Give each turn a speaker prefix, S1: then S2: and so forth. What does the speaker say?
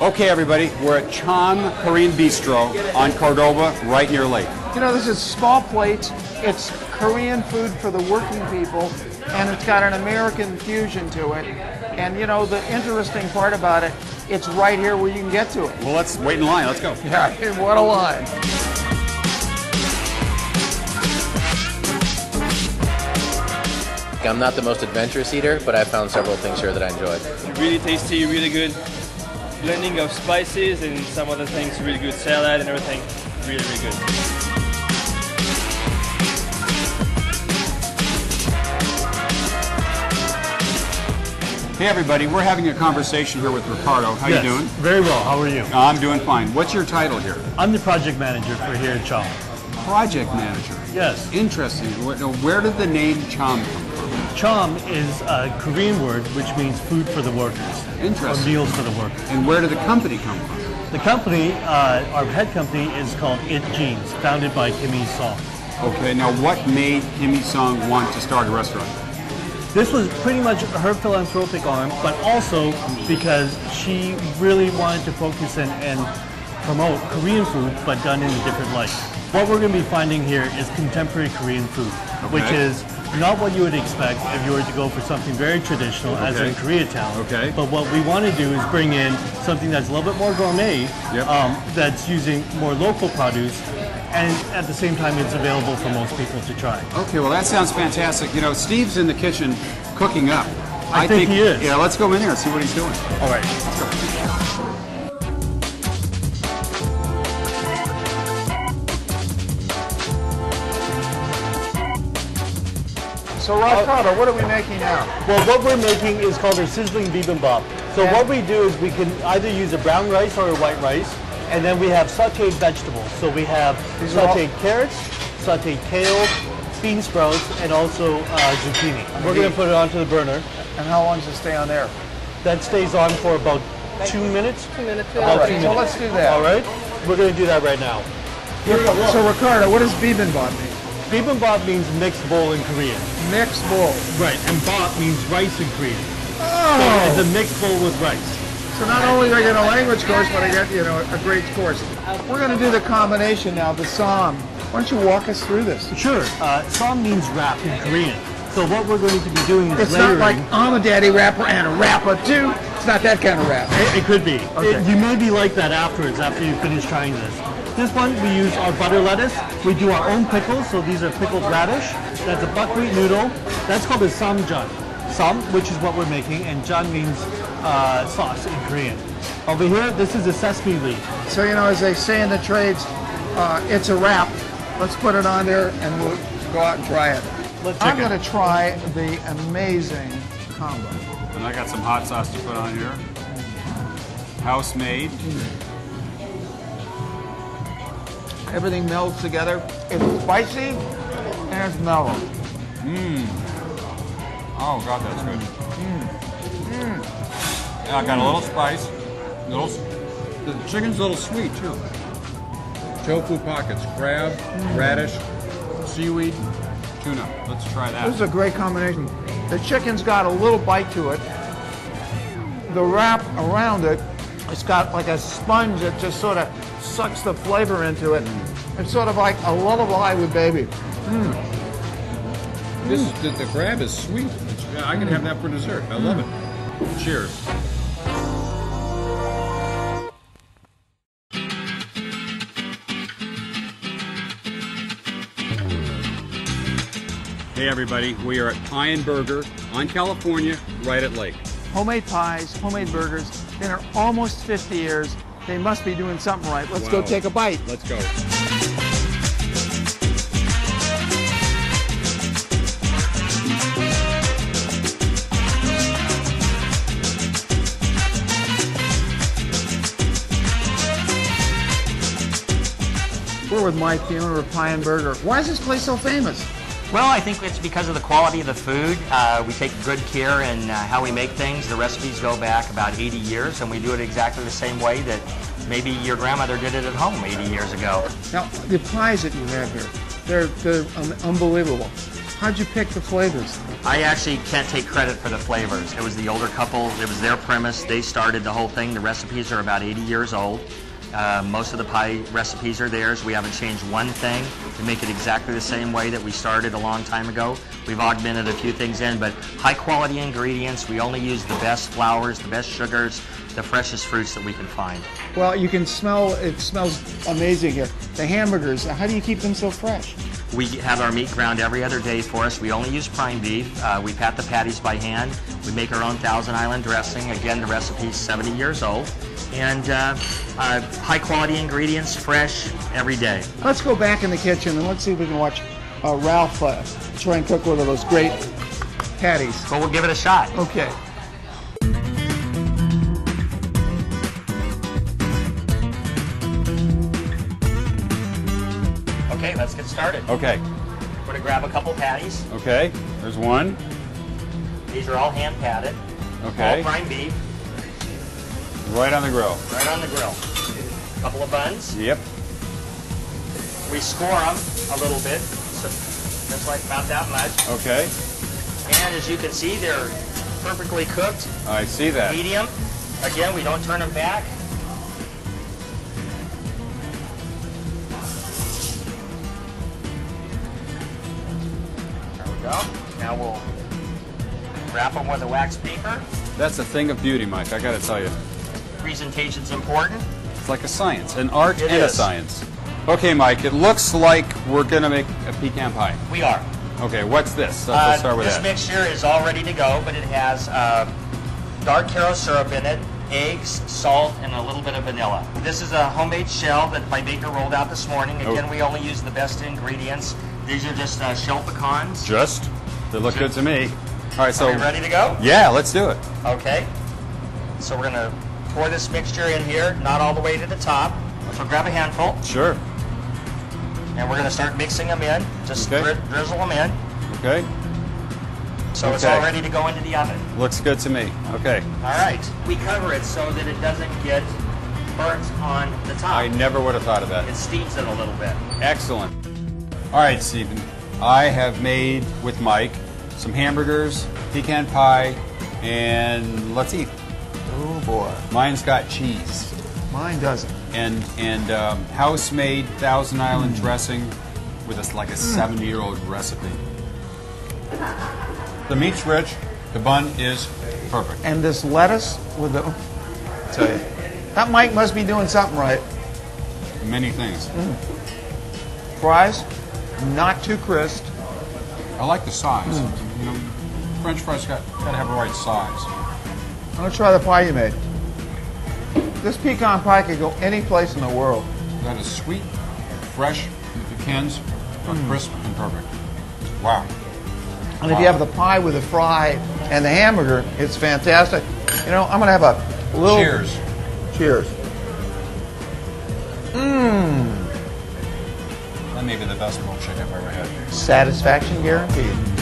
S1: Okay, everybody, we're at Chom Korean Bistro on Cordoba, right near Lake.
S2: You know, this is small plates. It's Korean food for the working people, and it's got an American fusion to it. And you know, the interesting part about it, it's right here where you can get to it.
S1: Well, let's wait in line. Let's go.
S2: Yeah, what a line!
S3: I'm not the most adventurous eater, but I found several things here that I enjoyed.
S4: really tasty, really good blending of spices and some other things, really good salad and everything, really, really good.
S1: Hey, everybody, we're having a conversation here with Ricardo. How
S5: Yes,
S1: you doing?
S5: Very well. How are you?
S1: I'm doing fine. What's your title here?
S5: I'm the project manager for here at Chom.
S1: Project manager.
S5: Yes.
S1: Interesting. Wh- now, Where did the name Chom come from?
S5: Chom is a Korean word which means food for the workers.
S1: Interesting.
S5: Or meals for the workers.
S1: And where did the company come from?
S5: The company, uh, our head company, is called It Jeans, founded by Kimmy Song.
S1: Okay, now what made Kimmy Sung want to start a restaurant?
S5: This was pretty much her philanthropic arm, but also because she really wanted to focus and, and promote Korean food, but done in a different light. What we're going to be finding here is contemporary Korean food, which
S1: Okay.
S5: is not what you would expect if you were to go for something very traditional, as in
S1: Okay.
S5: Koreatown.
S1: Okay.
S5: But what we want to do is bring in something that's a little bit more gourmet,
S1: Yep.
S5: um, that's using more local produce, and at the same time, it's available for most people to try.
S1: Okay, well that sounds fantastic. You know, Steve's in the kitchen cooking up.
S5: I think he is.
S1: Yeah, let's go in there and see what he's doing.
S5: All right.
S2: So, Ricardo, what are we making now?
S5: Well, what we're making is called a sizzling bibimbap. So
S2: Yeah.
S5: what we do is we can either use a brown rice or a white rice, and then we have sautéed vegetables. So we have
S2: These are all-
S5: sautéed carrots, sautéed kale, bean sprouts, and also uh, zucchini. We're gonna put it onto the burner.
S2: And how long does it stay on there?
S5: That stays on for about two minutes. Two minutes. About
S2: All right,
S5: two minutes.
S2: so let's do that.
S5: All right. We're gonna do that right now.
S2: So, Ricardo, what does bibimbap mean?
S5: Bibimbap means mixed bowl in Korean.
S2: Mixed bowl.
S5: Right, and bap means rice in Korean. Oh. So it's a mixed bowl with rice.
S2: So not only do I get a language course, but I get you know a great course. We're going to do the combination now, the psalm. Why don't you walk us through this?
S5: Sure. Uh, som means wrap in Korean. So what we're going to be doing is
S2: It's
S5: layering.
S2: not like I'm a daddy rapper and a rapper too. It's not that kind of rap.
S5: it, it could be.
S2: Okay.
S5: It- you may be like that afterwards after you finish trying this. This one we use our butter lettuce. We do our own pickles. So these are pickled radish. That's a buckwheat noodle. That's called a samjan. Sam, which is what we're making, and jan means uh, sauce in Korean. Over here, this is a sesame leaf.
S2: So you know, as they say in the trades, uh, it's a rap. Let's put it on there and we'll go out and try it.
S5: Let's
S2: I'm
S5: check it.
S2: going to try the amazing combo.
S1: And I got some hot sauce to put on here. House made.
S2: Everything melds together. It's spicy and it's mellow.
S1: Oh god, that's good. Yeah, I got a little spice. Little s- the chicken's a little sweet too. Tofu pockets, crab, radish, seaweed, tuna. Let's try that.
S2: This is a great combination. The chicken's got a little bite to it. The wrap around it, it's got like a sponge that just sort of sucks the flavor into it. It's sort of like a lullaby with baby.
S1: This the, the crab is sweet. It's- yeah, I can have that for dessert. I love it. Cheers. Hey everybody, we are at Pie and Burger on California, right at Lake.
S2: Homemade pies, homemade burgers. Been here almost 50 years. They must be doing something right. Let's go
S1: Wow.
S2: take a bite.
S1: Let's go.
S2: We're with Mike, the owner of Pie and Burger. Why is this place so famous?
S6: Well, I think it's because of the quality of the food. Uh, we take good care in uh, how we make things. The recipes go back about 80 years, and we do it exactly the same way that maybe your grandmother did it at home 80 years ago.
S2: Now, the pies that you have here, they're, they're um, unbelievable.
S5: How'd you pick the flavors?
S6: I actually can't take credit for the flavors. It was the older couple. It was their premise. They started the whole thing. The recipes are about 80 years old. Uh, most of the pie recipes are theirs. We haven't changed one thing. We make it exactly the same way that we started a long time ago. We've augmented a few things in, but high quality ingredients. We only use the best flours, the best sugars, the freshest fruits that we can find.
S2: Well, you can smell, it smells amazing here. The hamburgers, how do you keep them so fresh?
S6: We have our meat ground every other day for us. We only use prime beef. Uh, we pat the patties by hand. We make our own Thousand Island dressing. Again, the recipe's 70 years old. And uh, uh, high quality ingredients, fresh every day.
S2: Let's go back in the kitchen and let's see if we can watch uh, Ralph uh, try and cook one of those great patties.
S6: But we'll give it a shot.
S2: Okay.
S6: Okay, let's get started.
S1: Okay.
S6: We're going to grab a couple patties.
S1: Okay. There's one.
S6: These are all hand patted. All
S1: Okay.
S6: prime beef,
S1: Right on the grill.
S6: right on the grill. Couple of buns.
S1: Yep.
S6: We score them a little bit, so just like about that much.
S1: Okay.
S6: And as you can see, they're perfectly cooked.
S1: I see that.
S6: Medium. Again, we don't turn them back. There we go. Now we'll wrap them with a wax paper.
S1: That's a thing of beauty, Mike. I got to tell you.
S6: Presentation's important.
S1: It's like a science, an art
S6: It
S1: and a
S6: is.
S1: science. Okay, Mike, it looks like we're going to make a pecan pie.
S6: We are.
S1: Okay, what's this? Let's
S6: Uh,
S1: start with
S6: this
S1: that.
S6: mixture is all ready to go, but it has uh, dark caro syrup in it, eggs, salt, and a little bit of vanilla. This is a homemade shell that my baker rolled out this morning. Again,
S1: Oh.
S6: we only use the best ingredients. These are just uh, shell pecans.
S1: Just? They look good to me. All right, so.
S6: Are we ready to go?
S1: Yeah, let's do it.
S6: Okay. So we're gonna pour this mixture in here, not all the way to the top. So grab a handful,
S1: Sure.
S6: and we're gonna start mixing them in. Just
S1: Okay.
S6: dri- drizzle them in.
S1: Okay.
S6: So it's
S1: Okay.
S6: all ready to go into the oven.
S1: Looks good to me. Okay.
S6: All right. We cover it so that it doesn't get burnt on the top.
S1: I never would have thought of
S6: It
S1: that.
S6: steams it a little bit.
S1: Excellent. All right, Stephen. I have made with Mike some hamburgers, pecan pie, and let's eat.
S2: Oh boy.
S1: Mine's got cheese.
S2: Mine doesn't.
S1: and and um, house made Thousand Island
S2: Hmm.
S1: dressing with a, like a 70 year old recipe. The meat's rich, the bun is perfect.
S2: And this lettuce with the.
S1: I tell you,
S2: That Mike must be doing something right.
S1: many things.
S2: Hmm. Fries, not too crisp.
S1: I like the size.
S2: Hmm.
S1: You know, French fries got gotta have the right size.
S2: I'm gonna try the pie you made. This pecan pie could go any place in the world.
S1: That is sweet, fresh, and the pecans are crisp and perfect. Wow.
S2: And if you have the pie with the fry and the hamburger, it's fantastic. You know, I'm gonna have a little.
S1: Cheers.
S2: Cheers.
S1: That may be the best milkshake I've ever had.
S2: Satisfaction guaranteed.